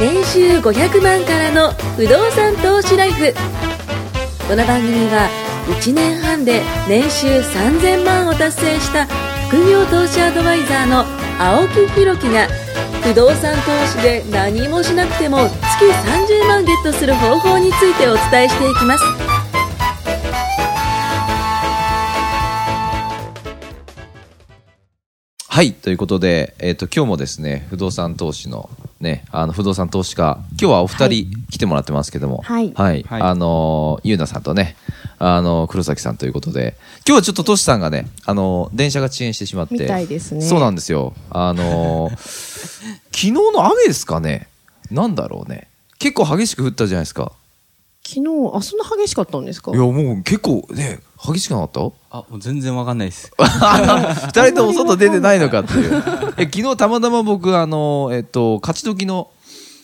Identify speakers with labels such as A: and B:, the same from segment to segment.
A: 年収500万からの不動産投資ライフこの番組は1年半で年収3000万を達成した副業投資アドバイザーの青木弘樹が不動産投資で何もしなくても月30万ゲットする方法についてお伝えしていきます
B: はい、ということで、えっ、と、今日もですね、不動産投資の、ね、あの、不動産投資家、今日はお二人来てもらってますけども、
C: はい
B: はい。
D: はい
B: あのー、ゆうなさんとね、あのー黒崎さんということで、今日はちょっとトシさんがね、あのー電車が遅延してしまって。
C: みたいですね
B: そうなんですよ。あ のー昨日の雨ですかねなんだろうね。結構激しく降ったじゃないですか。
C: 昨日、あ、そんな激しかったんですか
B: いや、もう結構ね、激しくなかった
D: あ、もう全然わかんない です。
B: 二人とも外出てないのかっていう。 え昨日たまたま僕あのえっと勝どきの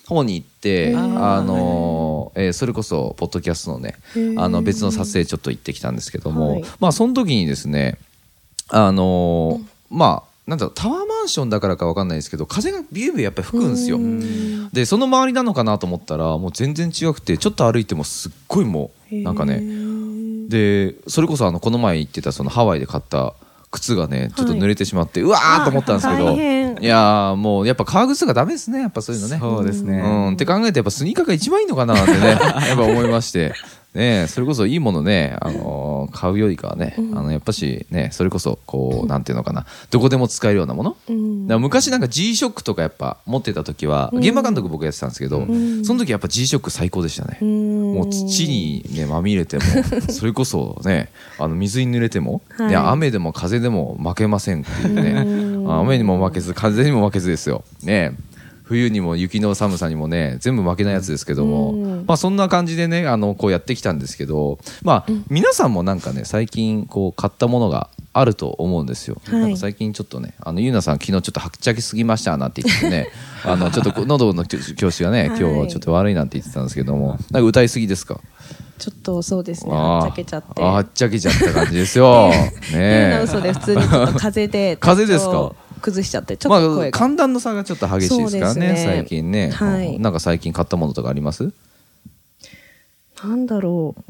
B: 方に行って、あのえーそれこそポッドキャストのね
C: へ、
B: あの別の撮影ちょっと行ってきたんですけども、
C: はい
B: まあその時にですね、あのまあなんだろうタワーマンションだからかわかんないですけど風がビュービューやっぱり吹くんですよ。でその周りなのかなと思ったらもう全然違くてちょっと歩いてもすっごいもうなんかねでそれこそあのこの前行ってたそのハワイで買った靴がねちょっと濡れてしまって、うわーと思ったんですけ
C: あ
B: ど
C: 大変
B: いやーもうやっぱ革靴がダメですねやっぱそういうのね
D: そうですね
B: うんって考えてやっぱスニーカーが一番いいのかなって ねやっぱ思いましてねそれこそいいものね、あのー買うよりかはね、あのやっぱしねそれこそこうなんていうのかなどこでも使えるようなもの、だから昔なんか G ショックとかやっぱ持ってた時は、現場監督僕やってたんですけど、その時やっぱ G ショック最高でしたね、もう土に、ね、まみれてもそれこそねあの水に濡れても、
C: はい
B: ね雨でも風でも負けませんっていうね雨にも負けず風にも負けずですよね冬にも雪の寒さにもね全部負けないやつですけども、まあ、そんな感じでねあのこうやってきたんですけど、まあ、皆さんもなんかね最近こう買ったものがあると思うんですよ、
C: はい
B: なんか最近ちょっとねあのゆうなさん昨日ちょっとはっちゃけすぎましたなんて言ってねあのちょっとこう喉の調子がね今日
C: は
B: はいちょっと悪いなんて言ってたんですけどもなんか歌いすぎですか
C: ちょっとそうですね、
B: あー
C: はっちゃけちゃって。
B: あはっちゃけちゃった感じです よ
C: 変な
B: ね。
C: 嘘で普通にちょっと風邪で
B: 風邪ですか
C: 体調崩しちゃって、ちょ
B: ま
C: っと
B: あ
C: 声が。
B: 寒暖の差がちょっと激しいですからね
C: そうですね
B: 最近ね、
C: はい
B: うんなんか最近買ったものとかあります
C: なんだろう。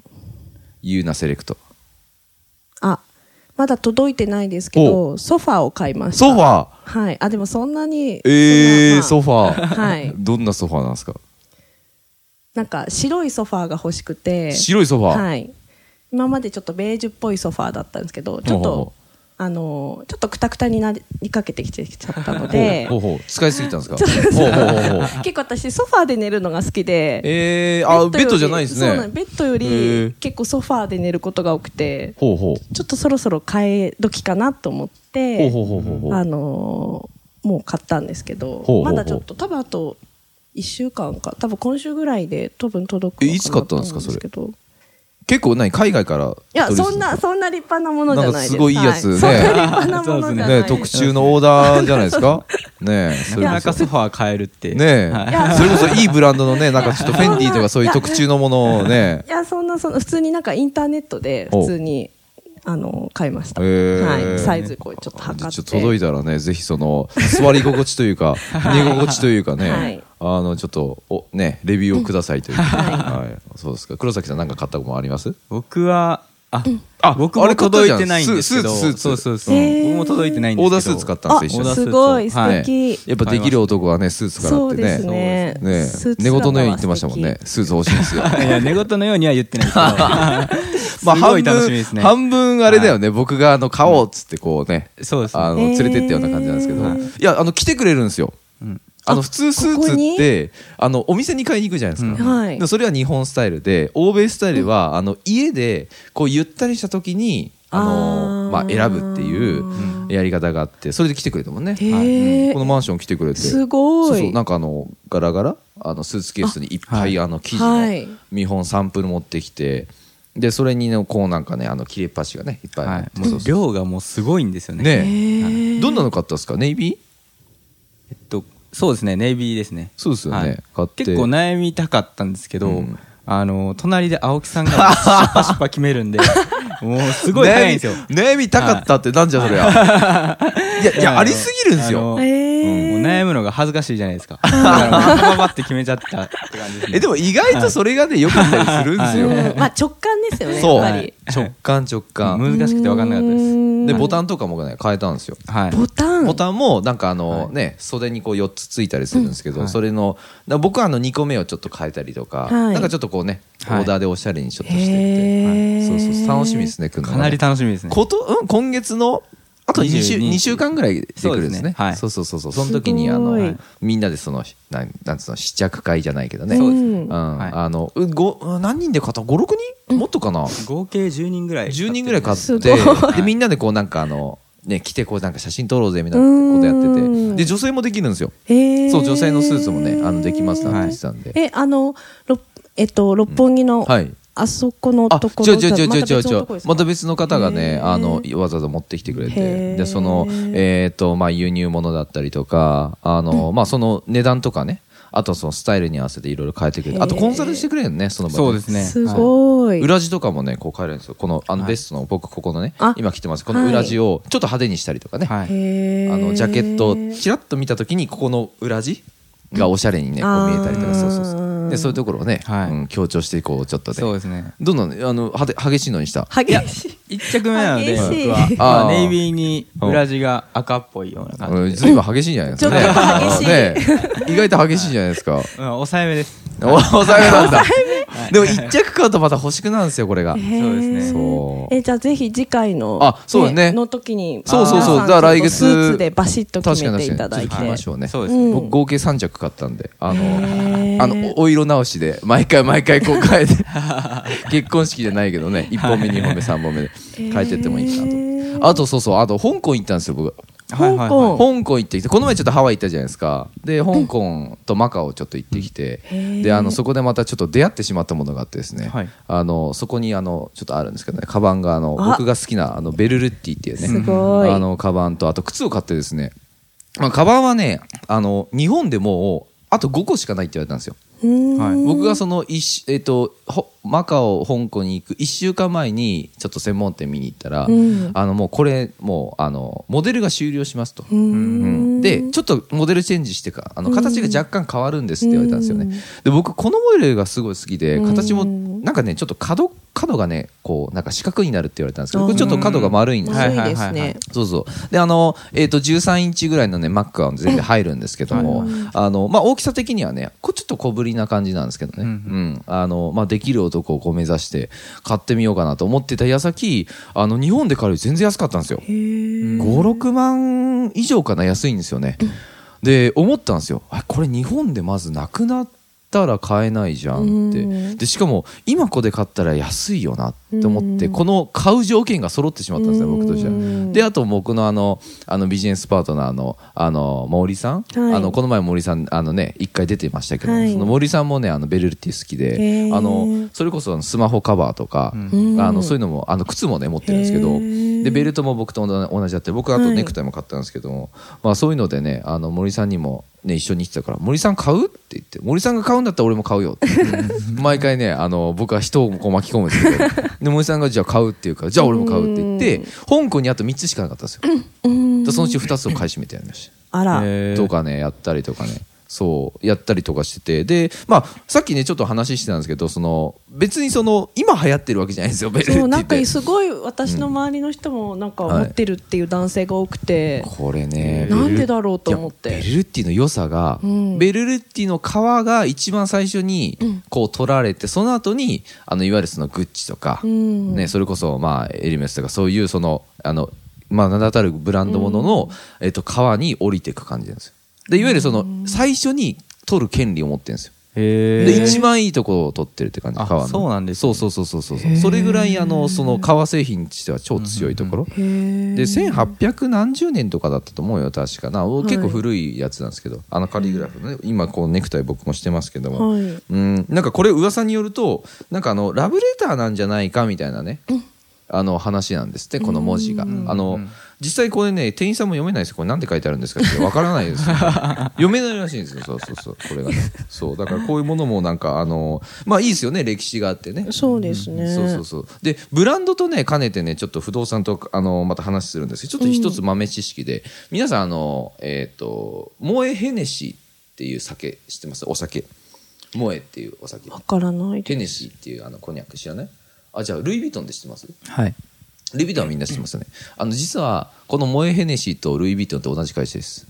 B: ゆうなセレクト
C: あ、まだ届いてないですけど、ソファーを買いました。
B: ソファー
C: はい。あ、でもそんなに。
B: ええー、
C: そ
B: ソ
C: んな
B: ファー、
C: はい
B: どんなソファーなんですか
C: なんか白いソファーが欲しくて。
B: 白いソファー、
C: はい。今までちょっとベージュっぽいソファーだったんですけど、ちょっ
B: ほうほうほ
C: と、あのー、ちょっとくたくたになりかけてきてきちゃったので
B: ほ、うほう使いすぎたんですか
C: ちょっと
B: ほうほうほうほう
C: 結構私ソファーで寝るのが好きで、
B: えー、あ
C: より
B: ベッドじゃないです
C: そうな
B: ね
C: のベッドよ
B: へ
C: り
B: ー
C: 結構ソファーで寝ることが多くて、
B: ほうほう
C: ちょっとそろそろ変え時かなと思って、
B: ほうほうほうほうほう
C: あのーもう買ったんですけど、
B: うほうほう
C: まだちょっと多分あと1週間か、多分今週ぐらいで多分届くのか
B: えいつ買ったんですか
C: なと思けど
B: 結構何海外から
C: いや、
B: 取り寄
C: そ
B: せ
C: ん
B: た
C: な、そんな立派なものじゃないで
B: なんかす
C: す。
B: ごいいいやつね
C: はそんな立派なものじゃない。
B: ね特注のオーダーじゃないですかねえそ
D: な
B: れ
D: かな
B: こ
D: か
B: そ
D: ソファー変えるって。
B: ねえ、それこそいいブランドのねなんかちょっとフェンディとかそういう特注のものをね
C: いや、そんな、その、普通になんかインターネットで、普通に、あの、買いました。
B: へー
C: はい。サイズ、こう、ちょっ
B: あ
C: と
B: じゃ
C: 測
B: あ
C: っ
B: ち
C: て。
B: ょっと届いたらねぜひその座り心地というか寝心地というかね、
C: はい
B: あのちょっとおねレビューをくださいという、
C: は
B: はい、そうですか黒崎さんなんか買ったものあります
D: 僕は、あ、
B: あ
D: 僕
B: あれ
D: も
B: 買った
D: 届
B: じゃ
D: い
B: ん
D: てないんですけど。
B: スーツスーツ
D: そうそうそう。
C: へー
D: 僕も届いてないんです
B: オ
D: け
B: ーダー
D: ど。
B: スーツ買ったんですよ一緒に
D: オ
C: あ、
D: ーダースー
C: す
D: ツ
C: ごい、素
D: はい
C: 敵。
B: やっぱできる男はねスーツから
C: そ
B: っ
C: う
B: て
C: で
B: ね
C: すね。
B: ね
C: スーツ
B: 寝言のように言ってましたもんねスーツ欲しいんですよ
D: いや、寝言のようには言ってないですけど。
B: まあ
D: すご
B: 半
D: い楽しみ
B: 分
D: ですね。
B: 半分あれだよね僕があの買おうっつってこうね
D: そうですね
B: あの連れてったような感じなんですけど
C: え
B: いやあの来てくれるんですよ
D: うん
B: あの普通スーツってあのお店に買いに行くじゃないですか、
C: うんはい
B: でもそれは日本スタイルで欧米スタイルは、あの家でこうゆったりした時にあの
C: あー
B: まあ、選ぶっていうやり方があってそれで来てくれたもんね、
C: へ
B: この
C: ー
B: マンション来てくれて
C: すごい。
B: そうそうなんかあのガラガラあのスーツケースにいっぱいあの生地
C: はい
B: の見本サンプル持ってきてでそれにのこうなんかねあの切れ端がねいっぱいあ
D: は
B: って
D: い。もう量がもうすごいんですよね。
B: ね
C: へー
B: どんなの買ったんですかネイビー
D: えっと、そうですね、ネイビーですね。
B: そうですよね
D: はい
B: 買って
D: 結構悩みたかったんですけど、
B: うん
D: あの、隣で青木さんがシュッパシュッパ決めるん で、もうすごい早いんですよ。
B: 悩み悩みたかったってなんじゃそりゃいやいやありすぎるんですよ
D: あの
C: へー
D: もう悩むのが恥ずかしいじゃないです か。だからもうパパパパって決めちゃ ったって感じですね。
B: えでも意外とそれがねよくったりするんですよ、
C: うんまあ直感ですよね、
B: そう
C: やっぱり。
B: 直感直感
D: 難しくて分かんなかったで
C: う
D: す。
C: ーん
B: でボタンとかもね変えたんですよ
D: はい。
C: ボタン
B: ボタンもなんかあのね袖にこう4つついたりするんですけどそれのだ僕はあの2個目をちょっと変えたりとか
C: はい
B: なんかちょっとこうねオ
D: はい
B: ーダーでおしゃれにちょっとして
C: へー
B: いてはいそうそう楽しみですね来るのが
D: かなり楽しみですね。
B: こと、うん、今月のあと2週
D: 22
B: ,2 週間ぐらいで来るんです
D: そうですね
B: ね。
D: はい
B: そうそうそうそう。その時にあの
C: すごい
B: みんなでそのなんなんつうの試着会じゃないけどね。
C: そうです
B: う
C: ね
B: ん
D: はい
B: あのうごうん何人で買った？5、6人？もっとかな。
D: 合計10人ぐらい。
B: 10人ぐらい買っ
C: す
B: て、
C: ごい
B: でみんなでこうなんかあのね着てこうなんか写真撮ろうぜみたいなことやって
C: うん
B: て、で女性もできるんですよ。
C: へー
B: そう女性のスーツもねあのできますなんて言ってたんで。
C: え、あの、ろえっと、六本木の、
B: はい。
C: あそこの
B: あ
C: とこ
B: 違
C: ろ
B: う違う違う違う違う違うまた
C: 別
B: 別の方が
C: へ
B: ね
C: ー
B: あのわざわざ持ってきてくれ
C: へー
B: てでそのえっ、とまあ輸入物だったりとかあの、まあその値段とかねあとはそのスタイルに合わせていろいろ変えてくれ
C: へ
B: て
C: ー
B: あとコンサルしてくれるのねその場
D: そうです
C: の
D: ね。
C: す
D: はい
C: ごい。
B: 裏地とかもねこう変えるんですよこのあの
D: はい
B: ベストの僕ここのね
C: あ
B: 今着てますこの裏地をちょっと派手にしたりとかね、
D: はい。
C: へー
B: あのジャケットをちらっと見た時にここの裏地がおしゃれにねこう見えたりと
C: あ
B: か
C: ー
B: そうそうそうでそういうところをね、
D: はい
B: うん強調してこうちょっとね
D: そうですね。
B: どんどんねあの派手激しいのにした
C: 激しい。
D: 一着目なので、
C: 激
D: 僕
C: しい
D: は
B: あー
D: まあネイビーに裏地が赤っぽいような感じ。
B: うんずいぶん激しいんじゃないですかね。
C: ちょっと激しい
B: ねえ意外と激しいじゃないです か。
D: うん、抑えめです。
B: お抑えめなんだ。でも一着買うとまた欲しくなるんですよ、これが。
D: そうですね
B: そう
C: え、じゃあぜひ次回の、
B: あそうね
C: の時に、
B: そうそうそう
C: 皆さん
B: だから来月
C: ちょっとスーツでバシッと決めていただい
B: 確かに
C: て。
B: 確かに行きましょうね。
D: そうですね
B: 僕合計3着買ったんで、あ
C: へー
B: の、あの、お色直しで、毎回毎回こう変えて、 結婚式じゃないけどね、1本目、2本目、3本目で変えてってもいいかなと思って。あとそうそう、あと香港行ったんですよ、僕。
D: はいはいは
C: 香
D: い
C: 港
B: 香港行ってきてこの前ちょっとハワイ行ったじゃないですかで香港とマカオちょっと行ってきて、であのそこでまたちょっと出会ってしまったものがあってですね、
D: はい
B: あのそこにあのちょっとあるんですけどねカバンがあの
C: あ
B: 僕が好きなあのベルルッティっていうね
C: すごい
B: あのカバンとあと靴を買ってですね、まあ、カバンはねあの日本でもうあと5個しかないって言われたんですよ
C: うーん
D: はい
B: 僕がその一週、えっとほマカオ香港に行く1週間前にちょっと専門店見に行ったら、
C: うん
B: あのもうこれもうあのモデルが終了しますと、
C: うー
B: うん
C: ん
B: でちょっとモデルチェンジしてかあの形が若干変わるんですって言われたんですよね、で僕このモデルがすごい好きで形も
C: うん
B: なんかねちょっと角角がねこうなんか四角になるって言われたんですけどこれちょっと角が丸いんですよ、
C: 丸いです
D: はいはいはいはい
C: ね。
B: そうそうであの、えー、と13インチぐらいのね Mac は全部入るんですけども、あのまあ、大きさ的にはねこうちょっと小ぶりな感じなんですけどね、うんあのまあ、できる男をこう目指して買ってみようかなと思ってた矢先あの日本で買うより全然安かったんですよ56万以上かな安いんですよね、で思ったんですよあこれ日本でまずなくなったら買えないじゃんって、
C: うん
B: でしかも今ここで買ったら安いよなって思って、
C: うん
B: この買う条件が揃ってしまったんですね、僕としては
C: う。ん
B: であと僕のあのあのビジネスパートナーのあの森さん、
C: はい
B: あのこの前森さんあのね一回出てましたけど、
C: はい
B: その森さんもねあのベルルティ好き
C: へ
B: で
C: ー
B: あのそれこそあのスマホカバーとか、
C: うん
B: あのそういうのもあの靴もね持ってるんですけ
C: へ
B: ど
C: ー
B: でベルトも僕と同じ同じだって僕あと
C: はい
B: ネクタイも買ったんですけども、まあ、そういうのでねあの森さんにも。ね、一緒に行ってたから森さん買うって言って森さんが買うんだったら俺も買うよ って毎回ねあの僕は人をこう巻き込むんですけどで森さんがじゃあ買うっていうからじゃあ俺も買うって言って香港にあと3つしかなかったんですよ
C: うん
B: でそのうち2つを買い占めてやりまし
C: あら。
B: たとかねやったりとかねそうやったりとかしててでまあさっきねちょっと話してたんですけどその別にその今流行ってるわけじゃないんですよベルルっ
C: そう
B: て
C: な
B: 言
C: ん
B: って
C: かすごい私の周りの人もなんか
B: はい
C: 持ってるっていう男性が多くて、
B: これね
C: なんでだろうと思っ
B: いや
C: て
B: ベルルッティの良さが、
C: うん
B: ベルルッティの皮が一番最初にこう取られて、その後にあのいわゆるそのグッチとか、
C: うん
B: ね、それこそまあエリメスとかそういうそのあの、まあ、名だたるブランドものの、えっと、皮に降りていく感じなんですよでいわゆるその最初に取る権利を持ってるんですよ
D: へ
B: で一番いいとこを取ってるって感じ
D: あ
B: 皮の
D: そうなんです
B: そ
D: ね
B: うそうそうそうそうそれぐらいあのその革製品にしては超強いところ、
C: へー
B: で1800何十年とかだったと思うよ確かなお結構古いやつなんですけど、あのカリグラフのね今こうネクタイ僕もしてますけども、
C: はい
B: うんなんかこれ噂によるとなんかあのラブレターなんじゃないかみたいなね、あの話なんですってこの文字が、あの実際これね、店員さんも読めないですよ。これなんて書いてあるんですかってわからないですよ。読めないらしいんですよ。そうそうそう。これがね。そう。だからこういうものもなんか、あの、まあいいですよね。歴史があってね。
C: そうですね。
B: そうそうそうでブランドとね兼ねてねちょっと不動産とあのまた話するんですけどちょっと一つ豆知識で、皆さんあのえっ、とモエヘネシーっていう酒知ってますお酒モエっていうお酒
C: わからない
B: ヘ
C: で
B: ネシーっていうあのこんにゃく知らないあじゃあルイ・ヴィトンで知ってます
D: はい。
B: ルイ・ヴィトンはみんな知ってますよね、あの実はこのモエヘネシーとルイ・ヴィトンって同じ会社です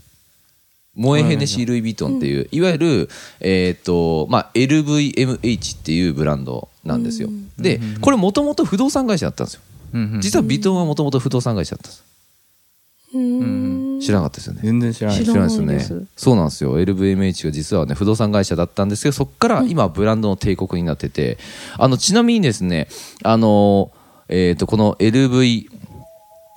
B: モエヘネシー・ルイ・ヴィトンっていう、いわゆる、えっ、と、まあ、LVMH っていうブランドなんですよ。で、これもともと不動産会社だったんですよ。
D: うんうん
B: 実はヴィトンはもともと不動産会社だったんです。
C: す。うーん
B: 知らなかったですよね。
D: 全然知らない
C: 知
D: で
C: ら
D: す。
C: ない
B: よ
C: です
B: ね。そうなんですよ。LVMH が実はね、不動産会社だったんですけど、そこから今、ブランドの帝国になってて、あの、ちなみにですね、あの、えっ、と、この LV、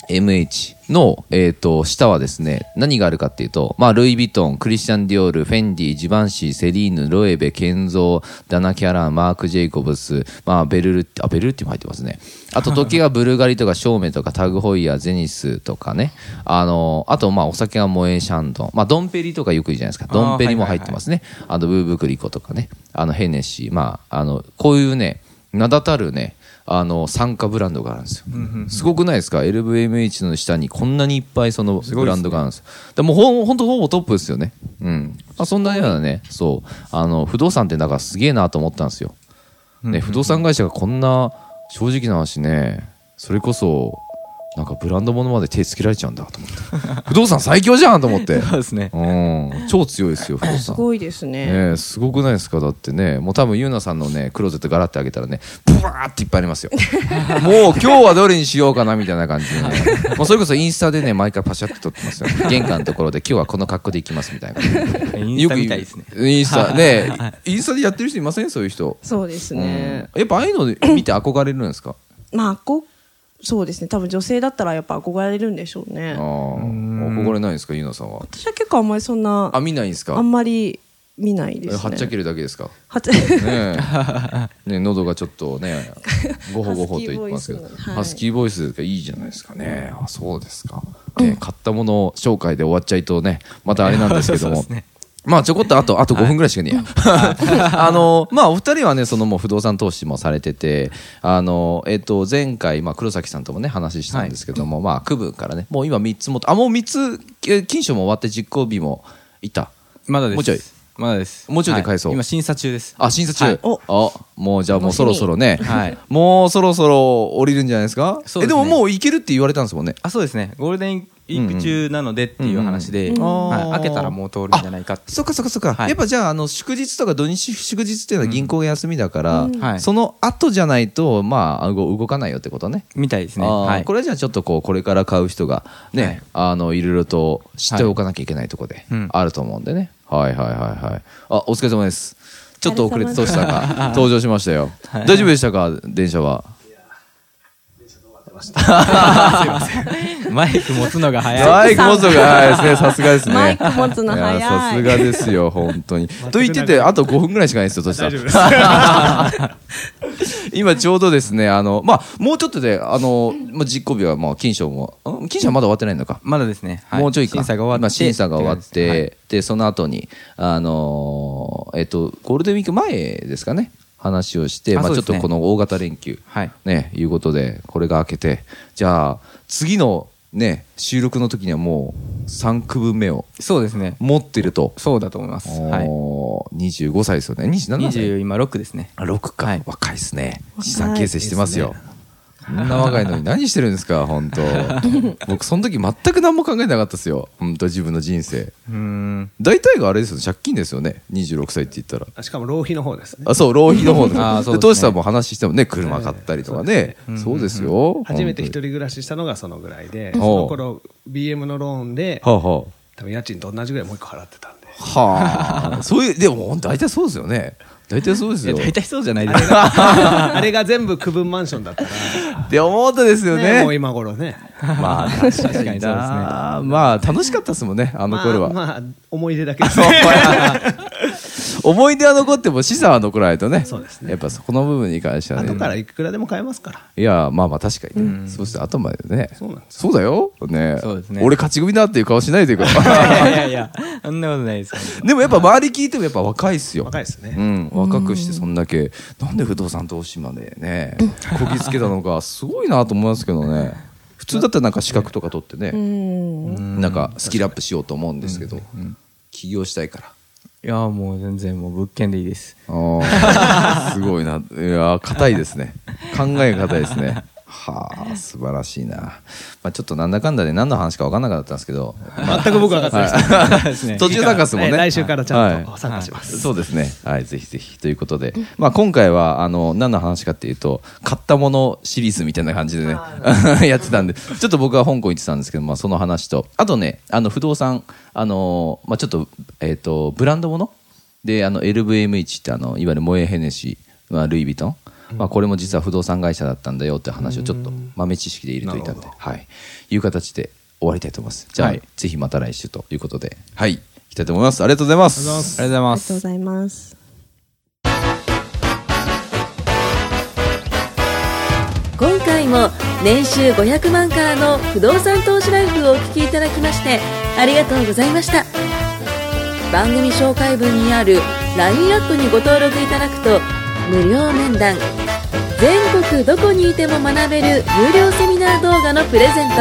B: MH の、えー、と下はですね何があるかっていうと、まあ、ルイ・ヴィトンクリスチャン・ディオールフェンディジバンシーセリーヌロエベケンゾーダナ・キャランマーク・ジェイコブス、まあ、ベルルッティあベルルッティも入ってますねあ と時計がブルガリとかショーメとかタグ・ホイヤーゼニスとかねあのあとまあお酒がモエ・シャンドン、まあ、ドンペリとかよく言うじゃないですかドンペリも入ってますねあ,、とブーブクリコとかねあのヘネシー、まあ、あのこういうね名だたるねあの参加ブランドがあるんですよ、すごくないですか LVMH の下にこんなにいっぱいそのブランドがあるんですでもうほんほんとほぼトップですよねうん、まあ、そんなようなねそうあの不動産ってだからすげえなと思ったんですよ、ね、不動産会社がこんな正直な話ねそれこそなんかブランドものまで手つけられちゃうんだと思って 不動産最強じゃんと思って
D: そうですね。
B: うん超強いですよ不動
C: す
B: 産
C: ごいですね。
B: ねえ、すごくないですかだってねもう多分ゆうなさんのねクローゼットガラってあげたらねブワーっていっぱいあります よもう今日はどれにしようかなみたいな感じでねもうそれこそインスタでね毎回パシャッと撮ってます よ玄関のところで今日はこの格好で行きますみたいな
D: インスタみたいですね。
B: インスタねインスタでやってる人いませんそういう人
C: そうですね。
B: うんやっぱああいうの見て憧れるんですか
C: まあ、こそうですね。多分女性だったらやっぱ憧れるんでしょう
B: あ
C: ね
B: あ。憧れないんですかゆうなさんは
C: 私は結構あんまりそんな、
B: あ見ないんです
C: あ
B: か
C: んまり見ないですね。
B: はっちゃけるだけですか
C: はっちゃ
B: ね えね喉がちょっとねごほごほと言ってますけど
C: ハスキーボイスはい
B: ハスキーボイスがいいじゃないですかねあそうですか、ね買ったもの紹介で終わっちゃいとねまたあれなんですけ ど
D: そう
B: も
D: ですね
B: まあちょこっとあと、あと5分ぐらいしかねえや。 あの、まあお二人はね、そのもう不動産投資もされてて、あの、えっと、前回、まあ黒崎さんともね、話したんですけども、まあ区分からね、もう今3つも、あ、もう3つ、え金賞も終わって実行日もいた。
D: まだです。
B: もうちょい。
D: まだです。
B: もうちょいで返そう
D: は今審査中です。
B: あ、審査中。
D: はい
B: おもうじゃあもうそろそろね、
D: はい
B: もうそろそろ降りるんじゃないですか
D: そ
B: え
D: うですね
B: でももう行けるって言われたんですもんね。
D: あ、そうですね。ゴールデンウィーク中なのでっていう話で、
B: んうん
D: はい
B: あー
D: 開けたらもう通るんじゃないかって。
B: そっかそっかそっか、
D: はい
B: やっぱじゃああの祝日とか土日祝日っていうのは銀行が休みだから、
D: んはい
B: その後じゃないとまあ動動かないよってことね。
D: みたいですね。
B: あー
D: はい。
B: これはじゃあちょっとこうこれから買う人がね、
D: はいい、
B: あのいろいろと知っておかなきゃいけないところで
D: うん
B: あると思うんでね、はい、はいはいはいあお疲れ様ですちょっと遅れてどうした か登場しましたよ、大丈夫でしたか電車は
D: マイク持つのが 早い。
B: マイク持つのが早いですね。さすがですね。
C: マイク持つの早い
B: やさすがですよ、本当に。 と言ってて、あと5分ぐらいしかないですよ、とした 今ちょうどですね、あの、まあ、もうちょっとで、あの、まあ、実行日は、まあ、金賞も、ん金賞はまだ終わってないのか。
D: まだですね。はい
B: もうちょいか。
D: 審査が終わ
B: 今
D: って。
B: 審査が終わっ
D: は
B: て、
D: い
B: で、その後に、あのーえっと、ゴールデンウィーク前ですかね、話をして、
D: あ
B: まあ、
D: そう
B: ちょ
D: で
B: っ
D: すね
B: とこの大型連休、
D: はい
B: ね、いうことで、これが明けて、じゃあ、次のね、収録の時にはもう3区分目を
D: そうですね。
B: 持ってると、
D: そうだと思います。はい。
B: おー25歳ですよね、27歳。
D: 20今6ですね。
B: あ6か、
D: はい
B: 若いですね
C: 若い
B: 資産形成してますよこんな若いのに何してるんですか本当僕その時全く何も考えてなかったですよ本当自分の人生
D: うーん。
B: 大体があれですよね借金ですよね26歳って言ったら
E: あしかも浪費の方ですね。
B: あそう浪費の方
D: あーそうですね
B: 投資さんも話してもね車買ったりとかね、そうですよ
E: 初めて一
B: 本
E: 人暮らししたのがそのぐらいで、
B: うん
E: その頃 BM のローンで、
B: 当には
E: 多分家賃と同じぐらいもう一個払ってたんで。
B: あはあはあそういうでも本当大体そうですよね大体そうです
D: いや
B: よ
D: 大体そうじゃない
E: あ
D: で
E: れ
D: すか。
E: があれが全部区分マンションだったら、
B: って思ったですよ
E: ね
B: ね
E: もう今頃ね。
B: まあ確かに
D: そうですね
B: なまあ楽しかったですもんねあの頃は、
E: まあ、まあ思い出だけですね。
B: そう 思い出は残っても資産は残らないとね
E: そうですね
B: やっぱそこの部分に関してはね
E: 後からいくらでも買えますから。
B: いやまあまあ確かにね、そうして後までね
E: そうなんです
B: そうだよ、ね
D: そうですね
B: 俺勝ち組だっていう顔しないでいく
D: やいやいや、そんなことないです。
B: でもやっぱ周り聞いてもやっぱ若いっすよ
E: 若いですね
B: うん、若くしてそんだけなんで不動産投資までねこぎつけたのかすごいなと思いますけどね普通だったらなんか資格とか取ってね、
C: うん。
B: なんかスキルアップしようと思うんですけど、起業したいから。
D: いや、もう全然もう物件でいいです。
B: あーすごいな。いやー、硬いですね。考えが硬いですね。はあ、素晴らしいな。まあ、ちょっとなんだかんだで何の話か分かんなかったんですけ ど、
E: 全く僕は分かってないです。
D: すね
B: 途中参加ですもんね。
E: 来週からちゃんと
B: はい
E: 参加します。
B: そうですね。はい、ぜひぜひ。ということで、まあ、今回は、あの、何の話かっていうと、買ったものシリーズみたいな感じでね、 やってたんで、ちょっと僕は香港行ってたんですけど、まあ、その話と、あとね、あの、不動産、あの、まあ、ちょっと、えっ、と、ブランドもので、あの、LVMH って、あの、いわゆるモエヘネシー、まあ、ルイ・ヴィトン。まあ、これも実は不動産会社だったんだよって話をちょっと豆知識で入れといたんで、はい、いう形で終わりたいと思います。じゃあ、ぜひまた来週ということで、はい、行きたいと思います。ありがとうございます。
D: ありがとうござい
C: ありが
D: ま
C: とうご
D: す。
C: ざいます。
A: 今回も年収500万からの不動産投資ライフをお聞きいただきましてありがとうございました番組紹介文にある LINE アップにご登録いただくと無料面談全国どこにいても学べる有料セミナー動画のプレゼント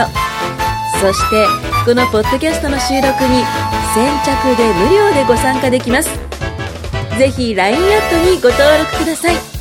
A: そしてこのポッドキャストの収録に先着で無料でご参加できますぜひ LINE アットにご登録ください